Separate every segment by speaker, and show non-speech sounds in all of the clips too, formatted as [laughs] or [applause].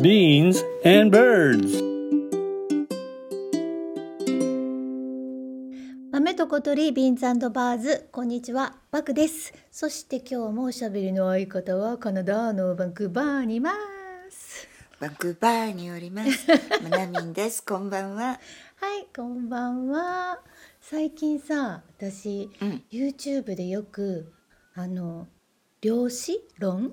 Speaker 1: Beans and birds.
Speaker 2: 豆と小鳥ビーンズバーズこんにちはバクですそして今日もおしゃべりの相方はカナダのバンクーバーにいます
Speaker 3: バックバーにおります。ムナミンです。こんばんは。
Speaker 2: はいこんばんは最近さ私、
Speaker 3: うん。
Speaker 2: YouTube でよくあの量子論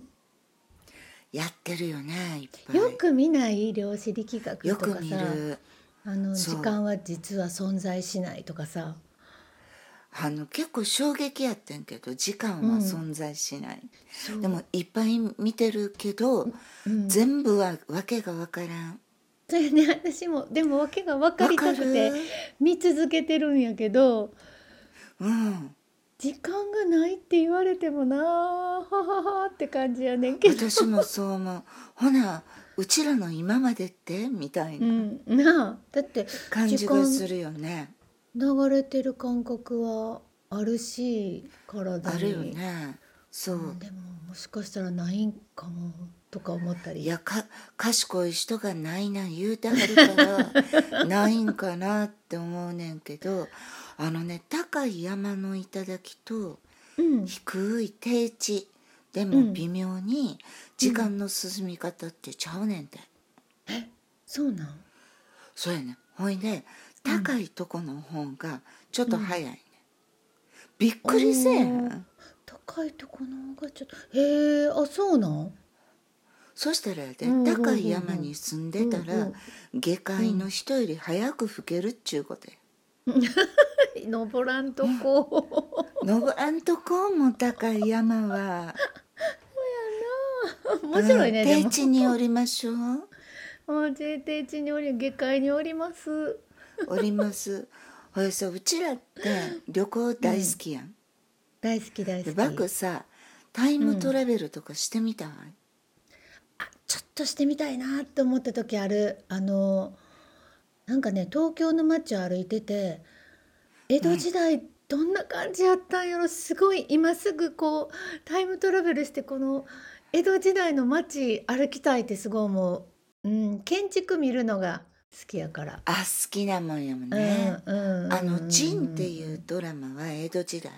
Speaker 3: やってるよね。いっぱい。
Speaker 2: よく見ない量子力学
Speaker 3: よ
Speaker 2: と
Speaker 3: く
Speaker 2: か
Speaker 3: 見
Speaker 2: さ
Speaker 3: る。
Speaker 2: あの
Speaker 3: そう
Speaker 2: 時間は実は存在しないとかさ
Speaker 3: あの結構衝撃やってんけど時間は存在しない、
Speaker 2: そう
Speaker 3: でもいっぱい見てるけど、
Speaker 2: うん
Speaker 3: 全部はわけがわからん
Speaker 2: それね私もでも訳が分かりたくて
Speaker 3: わかる
Speaker 2: 見続けてるんやけど
Speaker 3: うん
Speaker 2: 時間がないって言われてもなあはははって感じやねんけど、、
Speaker 3: 私もそう思うほなうちらの今までってみたいうなん
Speaker 2: なあだって
Speaker 3: 感じがするよね、
Speaker 2: 流れてる感覚はあるし体に
Speaker 3: あるよねそう、
Speaker 2: うんでももしかしたらないんかもとか思ったり
Speaker 3: いやか賢い人がないな言うてはるか
Speaker 2: [laughs]
Speaker 3: らないんかなって思うねんけどあのね高い山の頂と
Speaker 2: うん
Speaker 3: 低い低地で
Speaker 2: う
Speaker 3: も
Speaker 2: ん
Speaker 3: 微妙に時間の進み方ってちゃうねんて、
Speaker 2: そうなん
Speaker 3: そうやねんほいで高いとこの方がちょっと早いねん、びっくりせえへ
Speaker 2: おー
Speaker 3: ん
Speaker 2: 高いとこの方がちょっとへえあそうなん
Speaker 3: そしたらやで
Speaker 2: うんうんうんうん
Speaker 3: 高い山に住んでた
Speaker 2: うん
Speaker 3: ら下界の人より早く老けるっちゅうことや。
Speaker 2: 登らんとこ
Speaker 3: 登らんとこも高い山は
Speaker 2: [laughs] 面白いね、
Speaker 3: うん
Speaker 2: で
Speaker 3: 低
Speaker 2: も
Speaker 3: 地におりましょう
Speaker 2: もう定定地におり下界におります
Speaker 3: お
Speaker 2: [laughs]
Speaker 3: りますほやさうちらって旅行大好きやん、
Speaker 2: 大好き大好
Speaker 3: で
Speaker 2: き
Speaker 3: バクさタイムトラベルとかしてみたい、
Speaker 2: あちょっとしてみたいなって思った時あるあのなんかね東京の街を歩いてて江戸時代どんな感じやったんやろすごい今すぐこうタイムトラベルしてこの江戸時代の街歩きたいってすごい思う、うん、建築見るのが好きやから。
Speaker 3: あ好きなもんやもんね、
Speaker 2: うんうんうん
Speaker 3: あの「ジン」っていうドラマは江戸時代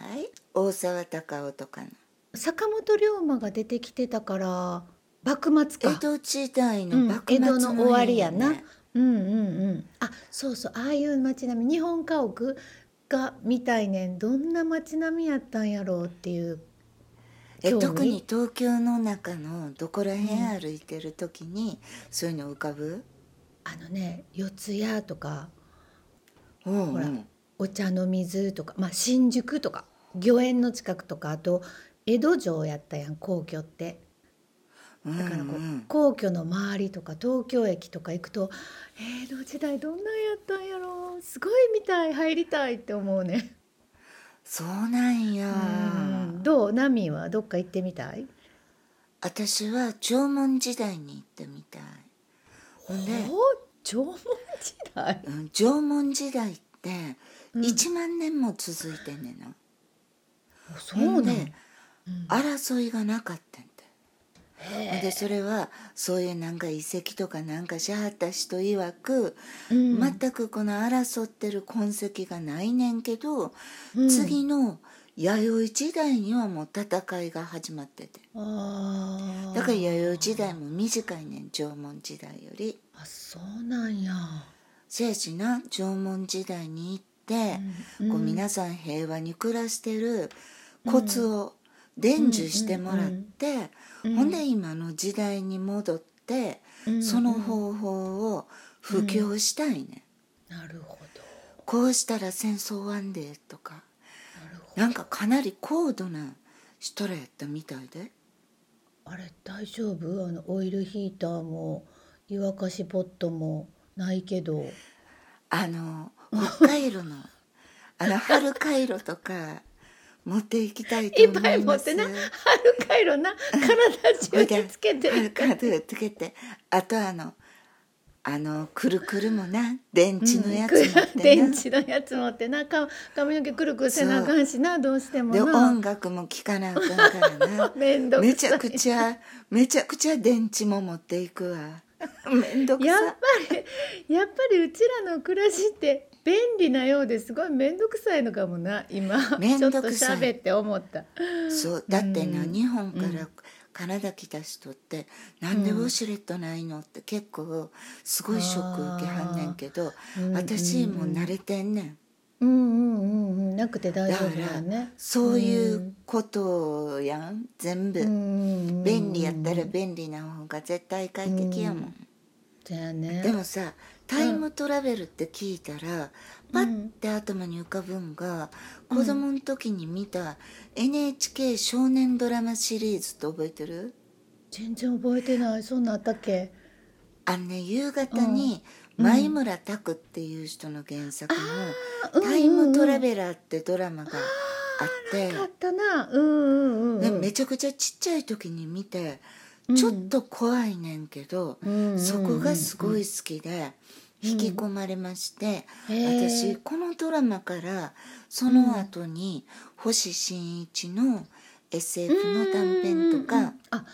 Speaker 3: 大沢たかおとかの
Speaker 2: 坂本龍馬が出てきてたから幕末か
Speaker 3: 江戸時代
Speaker 2: う
Speaker 3: の
Speaker 2: ん
Speaker 3: 幕
Speaker 2: 江
Speaker 3: 末の,、
Speaker 2: 戸の終わりやな。うんうんうん。あ、そうそう。ああいう街並み、日本家屋がみたいねん。どんな街並みやったんやろうっていう。
Speaker 3: え
Speaker 2: 興味
Speaker 3: 特に東京の中のどこら辺歩いてる時に、そういうの浮かぶ
Speaker 2: あのね、四谷とか
Speaker 3: うん
Speaker 2: ほ
Speaker 3: う
Speaker 2: ら
Speaker 3: ん
Speaker 2: お茶の水とか、まあ新宿とか御苑の近くとかあと江戸城やったやん皇居って。だからこう、
Speaker 3: うん
Speaker 2: 皇居の周りとか東京駅とか行くと、えー、江戸時代どんなんやったんやろう。すごい見たい入りたいって思うね。
Speaker 3: そうなんや
Speaker 2: うんどうナミはどっか行ってみたい？
Speaker 3: 私は縄文時代に行ってみたいほんで、
Speaker 2: お縄文時代
Speaker 3: うん縄文時代って
Speaker 2: うん
Speaker 3: 1万年も続いてんねんな、
Speaker 2: そ
Speaker 3: ほんで、
Speaker 2: うん
Speaker 3: 争いがなかったんてほん
Speaker 2: へ
Speaker 3: でそれはそういうなんか遺跡とかなんかしはった人曰く、
Speaker 2: え、うん
Speaker 3: 全くこの争ってる痕跡がないねんけど、
Speaker 2: うん
Speaker 3: 次の弥生時代にはもう戦いが始まってて
Speaker 2: あー
Speaker 3: だから弥生時代も短いねん縄文時代より。
Speaker 2: あそうなんや、
Speaker 3: せやしな縄文時代に行って、
Speaker 2: うん
Speaker 3: こう皆さん平和に暮らしてるコツを伝授してもらって、
Speaker 2: うんうん
Speaker 3: ほんで今の時代に戻って、
Speaker 2: うん
Speaker 3: その方法を布教したいね、
Speaker 2: なるほど
Speaker 3: こうしたら戦争終わんでとか
Speaker 2: なるほど
Speaker 3: なんかかなり高度な人らやったみたいで
Speaker 2: あれ大丈夫あのオイルヒーターも湯沸かしポットもないけど
Speaker 3: あの北海道の [laughs] あの春回路とか持っていきたいと思います。
Speaker 2: 春回路な体
Speaker 3: はいカードつけてあとあのあのくるくるもな電池のやつ持っ
Speaker 2: うん
Speaker 3: てな、
Speaker 2: 電池のやつ持ってなか髪の毛くるくるせなあかんしなどうしても
Speaker 3: で
Speaker 2: な
Speaker 3: 音楽も聴かな
Speaker 2: [laughs]
Speaker 3: あかんからな
Speaker 2: めんどくさい [laughs]
Speaker 3: めちゃくちゃめちゃくちゃ電池も持っていくわめんどく
Speaker 2: や
Speaker 3: さ
Speaker 2: っぱりや [laughs] っぱりうちらの暮らしって便利なようですごい面倒くさいのかもな今
Speaker 3: 面
Speaker 2: ちょっ
Speaker 3: 倒
Speaker 2: と
Speaker 3: くさい
Speaker 2: 喋って思った。
Speaker 3: そうだってな、
Speaker 2: うん
Speaker 3: 日本からカナダ来た人って、なんでウォシュレットないのって結構すごいショック受けはんねんけど、
Speaker 2: うん
Speaker 3: 私もう慣れてんねん、
Speaker 2: うんうんうんうんなくて大
Speaker 3: だ
Speaker 2: 丈
Speaker 3: か
Speaker 2: 夫だ
Speaker 3: ら、
Speaker 2: よね。
Speaker 3: そういうことやん全部、
Speaker 2: うん
Speaker 3: 便利やったら便利な方が絶対快適やもん、
Speaker 2: だよね。
Speaker 3: でもさタイムトラベルって聞いたら、パッて頭に浮かぶんが、子供の時に見た NHK 少年ドラマシリーズって覚えてる
Speaker 2: 全然覚えてないそんなんあったっけ。
Speaker 3: あのね夕方に前村拓っていう人の原作
Speaker 2: あーうんうん
Speaker 3: の「
Speaker 2: うん
Speaker 3: タイムトラベラー」ってドラマがあって
Speaker 2: あったな。うんうんうんう
Speaker 3: で
Speaker 2: ん。
Speaker 3: めちゃくちゃちっちゃい時に見てちょっと怖いねんけど
Speaker 2: うんうんうん
Speaker 3: そこがすごい好きで引き込まれまして
Speaker 2: へー
Speaker 3: 私このドラマからその後に星新一の SF の短編と
Speaker 2: うんうんうんう
Speaker 3: か
Speaker 2: んあ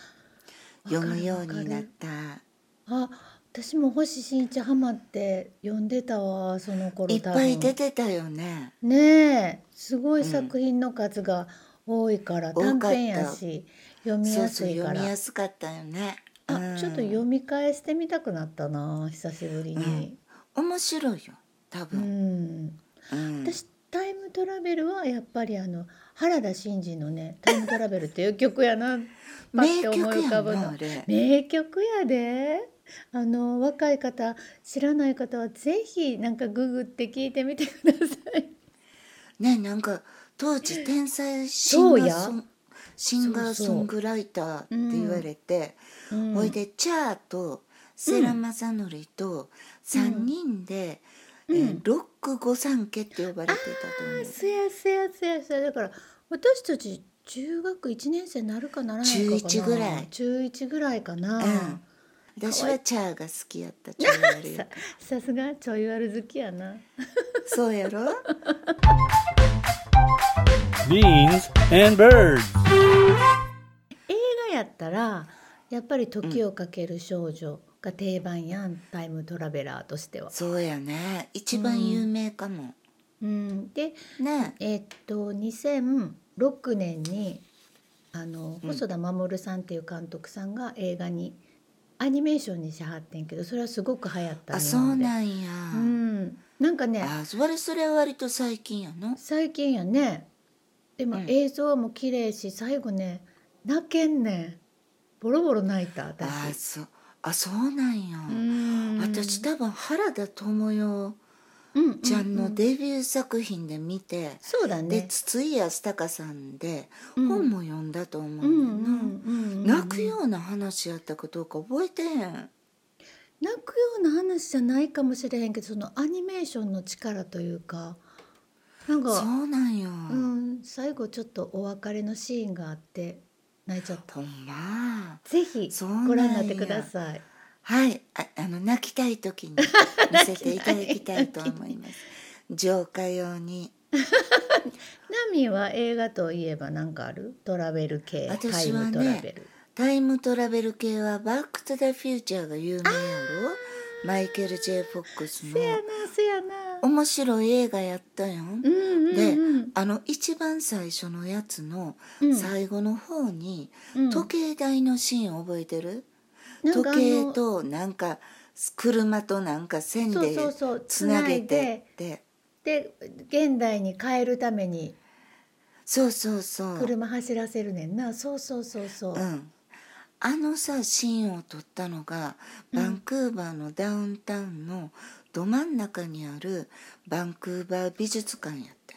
Speaker 3: 読むようになった。
Speaker 2: あ私も星新一ハマって読んでたわその頃
Speaker 3: いっぱい出てたよね。
Speaker 2: ねえすごい作品の数が多いから、
Speaker 3: 多かった
Speaker 2: 短編やし読み
Speaker 3: そう
Speaker 2: や
Speaker 3: そ
Speaker 2: す
Speaker 3: う
Speaker 2: いか
Speaker 3: 読み
Speaker 2: ら
Speaker 3: やすかったよね。う
Speaker 2: あ
Speaker 3: ん
Speaker 2: ちょっと読み返してみたくなったな久しぶりに、
Speaker 3: 面白いよ多
Speaker 2: うん
Speaker 3: 分。うん
Speaker 2: 私タイムトラベルはやっぱりあの原田真二のね「タイムトラベル」っていう曲や
Speaker 3: [laughs]
Speaker 2: なパッ
Speaker 3: 名
Speaker 2: て思い
Speaker 3: 曲
Speaker 2: 浮
Speaker 3: や
Speaker 2: か
Speaker 3: ん
Speaker 2: ぶ
Speaker 3: な
Speaker 2: の
Speaker 3: あ。れ。
Speaker 2: 名曲やであの若い方知らない方はぜひなんかググって聞いてみてください。
Speaker 3: ねなんか当時天才シン
Speaker 2: そう
Speaker 3: ガー
Speaker 2: や
Speaker 3: ソンシンガーソングライターって言われて、
Speaker 2: うん
Speaker 3: おいでチャーと世良正則と3人で、えーロック御三家って呼ばれてたと思う
Speaker 2: すやすやすやすやだから私たち中学1年生なるかならないかかな
Speaker 3: 11ぐらい
Speaker 2: 中1ぐらいかな、
Speaker 3: うん、私はチャーが好きやったちょい悪い
Speaker 2: ささすがちょい悪好きやな
Speaker 3: そうやろ
Speaker 1: Beans and birds.
Speaker 2: 映画やったらやっぱり「時をかける少女」が定番やん、タイムトラベラーとしては。
Speaker 3: そうやね一番有名かも、
Speaker 2: うん、で
Speaker 3: ね
Speaker 2: えっと2006年にあの細田守さんっていう監督さんが映画にアニメーションにしはってんけどそれはすごく流行った
Speaker 3: あ
Speaker 2: 日
Speaker 3: そう
Speaker 2: 本で
Speaker 3: なんや、
Speaker 2: うん、なんかね
Speaker 3: あそれそれは割と最近やの
Speaker 2: 最近やねでも
Speaker 3: うん
Speaker 2: 映像も綺麗し最後ね泣けんねんボロボロ泣いた
Speaker 3: あ
Speaker 2: 私
Speaker 3: そうあそうなんや、
Speaker 2: うん
Speaker 3: 私多分原田知世
Speaker 2: うんうん
Speaker 3: ちゃんのデビュー作品で見て、
Speaker 2: そうだ
Speaker 3: で
Speaker 2: ね
Speaker 3: 筒井康隆さんで
Speaker 2: うん
Speaker 3: 本も読んだと思う
Speaker 2: うんん
Speaker 3: だ
Speaker 2: うん
Speaker 3: よな、
Speaker 2: うんうん
Speaker 3: 泣くような話やったかどうか覚えてへん
Speaker 2: 泣くような話じゃないかもしれへんけどそのアニメーションの力というかなん
Speaker 3: そ
Speaker 2: か
Speaker 3: うなんや、
Speaker 2: うん最後ちょっとお別れのシーンがあって泣いちゃった
Speaker 3: ほんま
Speaker 2: ぜひ
Speaker 3: そうなんや
Speaker 2: ご覧になってください
Speaker 3: はいああの泣きたい
Speaker 2: [laughs]
Speaker 3: 時に見せていただきたいと思います浄化用に
Speaker 2: ナミは映画といえば何かあるトラベル系、タイ
Speaker 3: 私は
Speaker 2: ムトラベ
Speaker 3: ね
Speaker 2: ル
Speaker 3: タイムトラベル系は「バック・トゥ・ザ・フューチャー」が有名やろマイケル・ J ・フォックスの
Speaker 2: せやなせやな
Speaker 3: 面白い映画やったやん、
Speaker 2: うんうん
Speaker 3: で
Speaker 2: うん
Speaker 3: あの一番最初のやつの
Speaker 2: うん
Speaker 3: 最後の方に
Speaker 2: うん
Speaker 3: 時計台のシーン覚えてる、
Speaker 2: なんかあの
Speaker 3: 時計となんか車となんか線で
Speaker 2: そうそうそう
Speaker 3: つなげ
Speaker 2: つない
Speaker 3: て
Speaker 2: で
Speaker 3: って
Speaker 2: で現代に変えるために
Speaker 3: そうそうそう、
Speaker 2: 車走らせるねんなそうそうそうそう、
Speaker 3: うん、あのさシーンを撮ったのがバンクーバーのダウンタウンのど真ん中にあるバンクーバー美術館やって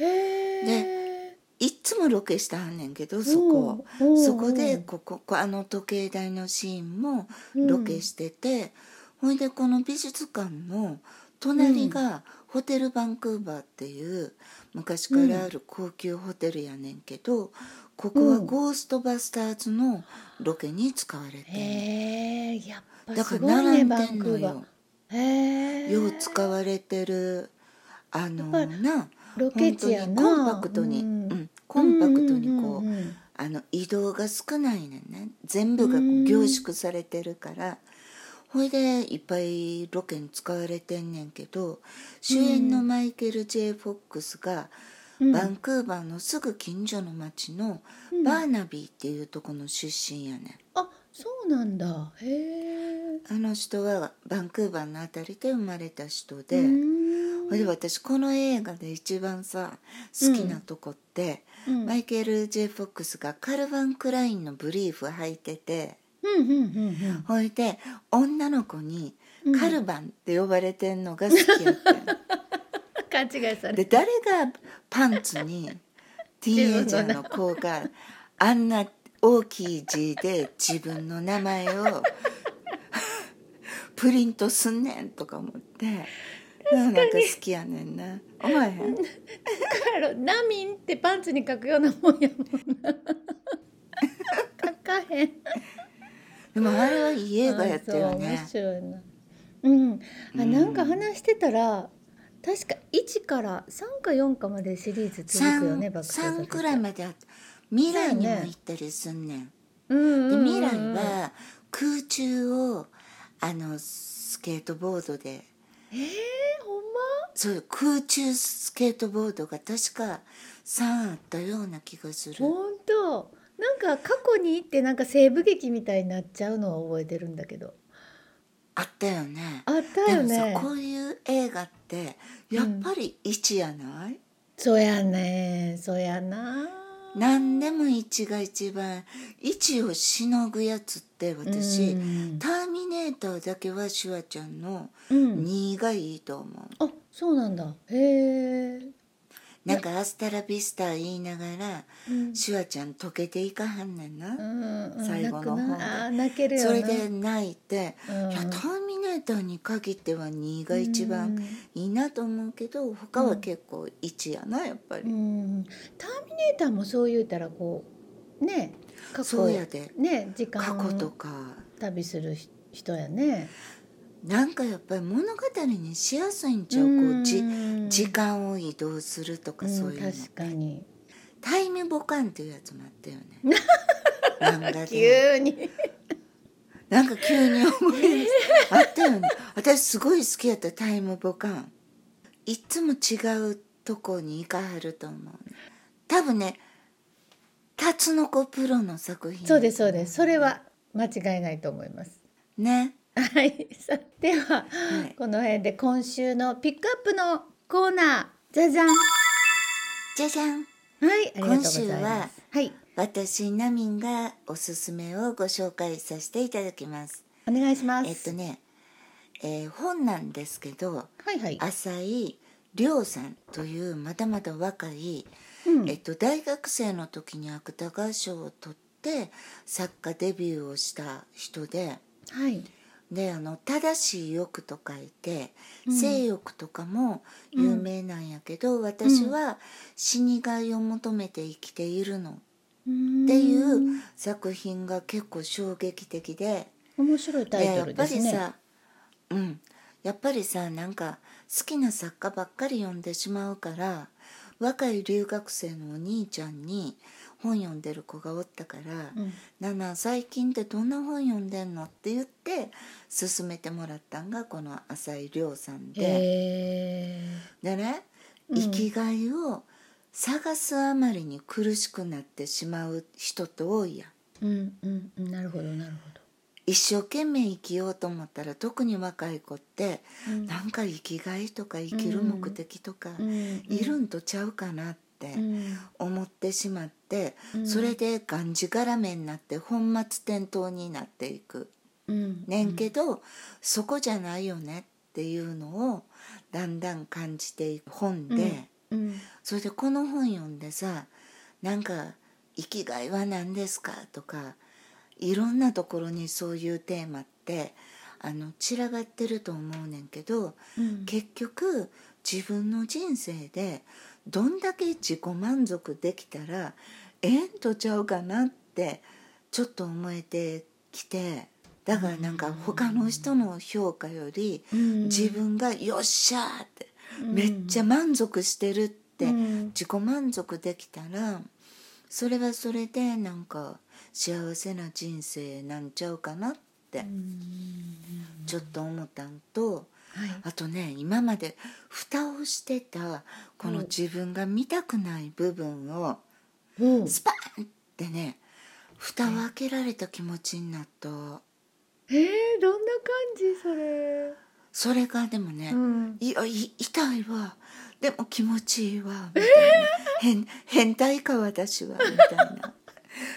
Speaker 2: へえ
Speaker 3: いっつもロケしてはんねんけどそこ
Speaker 2: うんうん
Speaker 3: そこでこここあの時計台のシーンもロケしてて、ほいでこの美術館の隣がホテルバンクーバーっていう昔からある高級ホテルやねんけどここはゴーストバスターズのロケに使われてんねん、
Speaker 2: へえやっぱ
Speaker 3: だか
Speaker 2: す
Speaker 3: ら
Speaker 2: ごいね
Speaker 3: 並ん
Speaker 2: バ
Speaker 3: で
Speaker 2: ン
Speaker 3: ん
Speaker 2: ク
Speaker 3: の
Speaker 2: ーバ
Speaker 3: よ
Speaker 2: ー。へえ
Speaker 3: よう使われてるあの
Speaker 2: やっぱ
Speaker 3: な
Speaker 2: ロケ地やな
Speaker 3: 本当にコンパクトに、う
Speaker 2: うんん
Speaker 3: コンパクトにこう,、
Speaker 2: うんうんうんうん
Speaker 3: あの移動が少ないねんね全部がこう
Speaker 2: うん
Speaker 3: 凝縮されてるから、ほいでいっぱいロケに使われてんねんけど主演のマイケル・ J ・フォックスが、
Speaker 2: うん
Speaker 3: バンクーバーのすぐ近所の町のバーナビーっていうとこの出身やねん。
Speaker 2: あそうなんだへえ
Speaker 3: あの人はバンクーバーのあたりで生まれた人で、
Speaker 2: うん
Speaker 3: ほいで私この映画で一番さ好きなとこって、
Speaker 2: うん
Speaker 3: マイケル・ J ・フォックスがカルバン・クラインのブリーフ履いてて
Speaker 2: うんうんうんうん
Speaker 3: ほいで女の子に
Speaker 2: うん
Speaker 3: カルバンって呼ばれてんのが好きやってん、
Speaker 2: [laughs] 勘違いされ
Speaker 3: で誰がパンツにティーンエイジャーの子があんな大きい字で自分の名前をプリントすんねんとか思ってなんか好きやねんな思わへん
Speaker 2: たやろナミンってパンツに書くようなもんやもんな書かへん
Speaker 3: でもあれはいい [laughs] 映画やったよ
Speaker 2: あ
Speaker 3: ね
Speaker 2: そう面白いな。うん。あ、
Speaker 3: うん
Speaker 2: なんか話してたら確か1から3か4かまでシリーズ続くよね。
Speaker 3: 3,
Speaker 2: バックトゥザフューチャー
Speaker 3: くらいまであって未来にも行ったりすんねん
Speaker 2: うんうん
Speaker 3: で
Speaker 2: うん
Speaker 3: 未来は空中をあのスケートボードで
Speaker 2: えー、ほんま？
Speaker 3: そう空中スケートボードが確か3あったような気がする
Speaker 2: 本当。なんか過去に行ってなんか西部劇みたいになっちゃうのを覚えてるんだけど。
Speaker 3: あったよね
Speaker 2: あったよ
Speaker 3: で
Speaker 2: ね
Speaker 3: もさ。こういう映画ってやっぱり1やない、
Speaker 2: そうやね。そうやな。
Speaker 3: 何でも1が一番1をしのぐやつって私、
Speaker 2: うん
Speaker 3: ターミネーターだけはシュワちゃんの
Speaker 2: うん。
Speaker 3: 2がいいと思う、
Speaker 2: あ、そうなんだ。へえ。
Speaker 3: なんかアスタラビスタ言いながら、
Speaker 2: うん
Speaker 3: シュワちゃん溶けていかはんねんな、
Speaker 2: うんうん
Speaker 3: 最後の方で
Speaker 2: 泣くなあー泣けるよな
Speaker 3: それで泣いて、
Speaker 2: うん
Speaker 3: いやターミネーターに限っては2が一番いいなと思うけど、他は結構1やなやっぱり、
Speaker 2: うんターミネーターもそう言うたらこうね過去
Speaker 3: そうやで
Speaker 2: ね時
Speaker 3: 過去
Speaker 2: 間
Speaker 3: とか
Speaker 2: 旅するひ人やね。
Speaker 3: なんかやっぱり物語にしやすいんちゃう,、こうじ
Speaker 2: ん
Speaker 3: 時間を移動するとか
Speaker 2: うん
Speaker 3: そういうの、
Speaker 2: 確かに
Speaker 3: タイムボカンっていうやつもあったよね
Speaker 2: [laughs]
Speaker 3: 漫画で
Speaker 2: 急に
Speaker 3: なんか急に思い出したあったよね [laughs] 私すごい好きやったタイムボカンいっつも違うとこに行かはると思うね多分ねタツノコプロの作品
Speaker 2: そうですそうですそれは間違いないと思います。
Speaker 3: ね
Speaker 2: はいさあでは、
Speaker 3: はい
Speaker 2: この辺で今週のピックアップのコーナーじゃじゃんは
Speaker 3: じゃじゃん
Speaker 2: いありがとうございます。はい
Speaker 3: 私ナミンがおすすめをご紹介させていただきます
Speaker 2: お願いします。
Speaker 3: えっとね、えー本なんですけど
Speaker 2: はいはい。
Speaker 3: 浅井亮さんというまだまだ若い、
Speaker 2: うん
Speaker 3: えっと、大学生の時に芥川賞を取って作家デビューをした人で
Speaker 2: はい。
Speaker 3: であの正しい欲と書いて、性欲とかも有名なんやけど、私は死骸を求めて生きているのっていう作品が結構衝撃的で。
Speaker 2: 面白いタイトルです
Speaker 3: や
Speaker 2: ね。
Speaker 3: っぱりさうんやっぱりさなんか好きな作家ばっかり読んでしまうから若い留学生のお兄ちゃんに本読んでる子がおったから
Speaker 2: うん
Speaker 3: 「な、な、最近ってどんな本読んでんの?」って言って勧めてもらったんがこの浅井亮さんで。
Speaker 2: へ
Speaker 3: でね
Speaker 2: うん
Speaker 3: 生きがいを探すあまりに苦しくなってしまう人って多いやん。
Speaker 2: ーうんうんうんなるほどなるほど。
Speaker 3: 一生懸命生きようと思ったら特に若い子って、
Speaker 2: うん
Speaker 3: なんか生きがいとか生きる目的とか、
Speaker 2: うん
Speaker 3: いるんとちゃうかなって
Speaker 2: うん
Speaker 3: 思ってしまって、
Speaker 2: うん
Speaker 3: それでがんじがらめになって本末転倒になっていく
Speaker 2: うん
Speaker 3: ねんけど、そこじゃないよねっていうのをだんだん感じていく本で、
Speaker 2: うん
Speaker 3: それでこの本読んでさなんか「生きがいは何ですか?」とかいろんなところにそういうテーマってあの散らばってると思うねんけど、
Speaker 2: うん
Speaker 3: 結局自分の人生でどんだけ自己満足できたらええんとちゃうかなってちょっと思えてきてだからなんか他の人の評価より
Speaker 2: うん
Speaker 3: 自分が「よっしゃ!」ってめっちゃ満足してるって
Speaker 2: うん
Speaker 3: 自己満足できたらそれはそれでなんか幸せな人生なんちゃうかなっってちょっと思ったんと
Speaker 2: はい
Speaker 3: あとね今まで蓋をしてたこの自分が見たくない部分を
Speaker 2: うん
Speaker 3: スパーンってね蓋を開けられた気持ちになっ
Speaker 2: え
Speaker 3: た
Speaker 2: ー、どんな感じそれ、
Speaker 3: それがでもね、
Speaker 2: うん、
Speaker 3: いやい痛いわでも気持ちいいわみたいな、変変態か私はみたい
Speaker 2: [laughs]
Speaker 3: な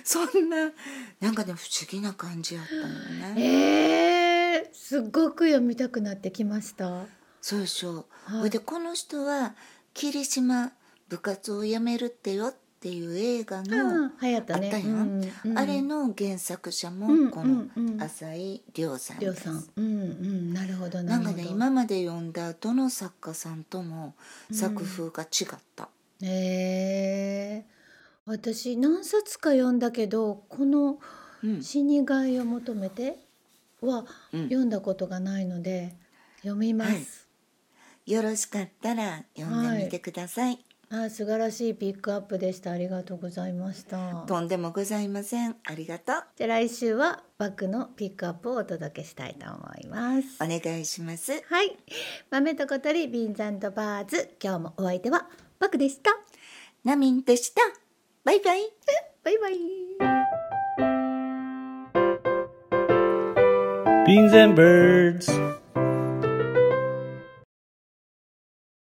Speaker 3: そんななんかね不思議な感じやったのよね
Speaker 2: えー、すごく読みたくなってきました
Speaker 3: そうそう、
Speaker 2: はい
Speaker 3: ほいでこの人は「霧島部活を辞めるってよ」っていう映画の、
Speaker 2: はやったね
Speaker 3: あったやん
Speaker 2: うん
Speaker 3: あれの原作者もこの
Speaker 2: うんうんうん
Speaker 3: 浅井亮さん
Speaker 2: りょ
Speaker 3: で
Speaker 2: う
Speaker 3: す
Speaker 2: さ。んうんうんなるほどな
Speaker 3: な
Speaker 2: る
Speaker 3: ん
Speaker 2: ほど
Speaker 3: かね今まで読んだどの作家さんとも作風が違った、
Speaker 2: えー、私何冊か読んだけどこの
Speaker 3: う
Speaker 2: 「
Speaker 3: ん
Speaker 2: 死にがいを求めて」は
Speaker 3: うん
Speaker 2: 読んだことがないので読みます、
Speaker 3: よろしかったら読んでみてください、
Speaker 2: あー素晴らしいピックアップでしたありがとうございました
Speaker 3: とんでもございませんありがとう
Speaker 2: じゃあ来週はバックのピックアップをお届けしたいと思います
Speaker 3: お願いします
Speaker 2: はい豆と小鳥ビーンザンドバーズ今日もお相手はバックでした
Speaker 3: ナミンでしたバイバイ
Speaker 2: バイバイ
Speaker 1: Beans and birds.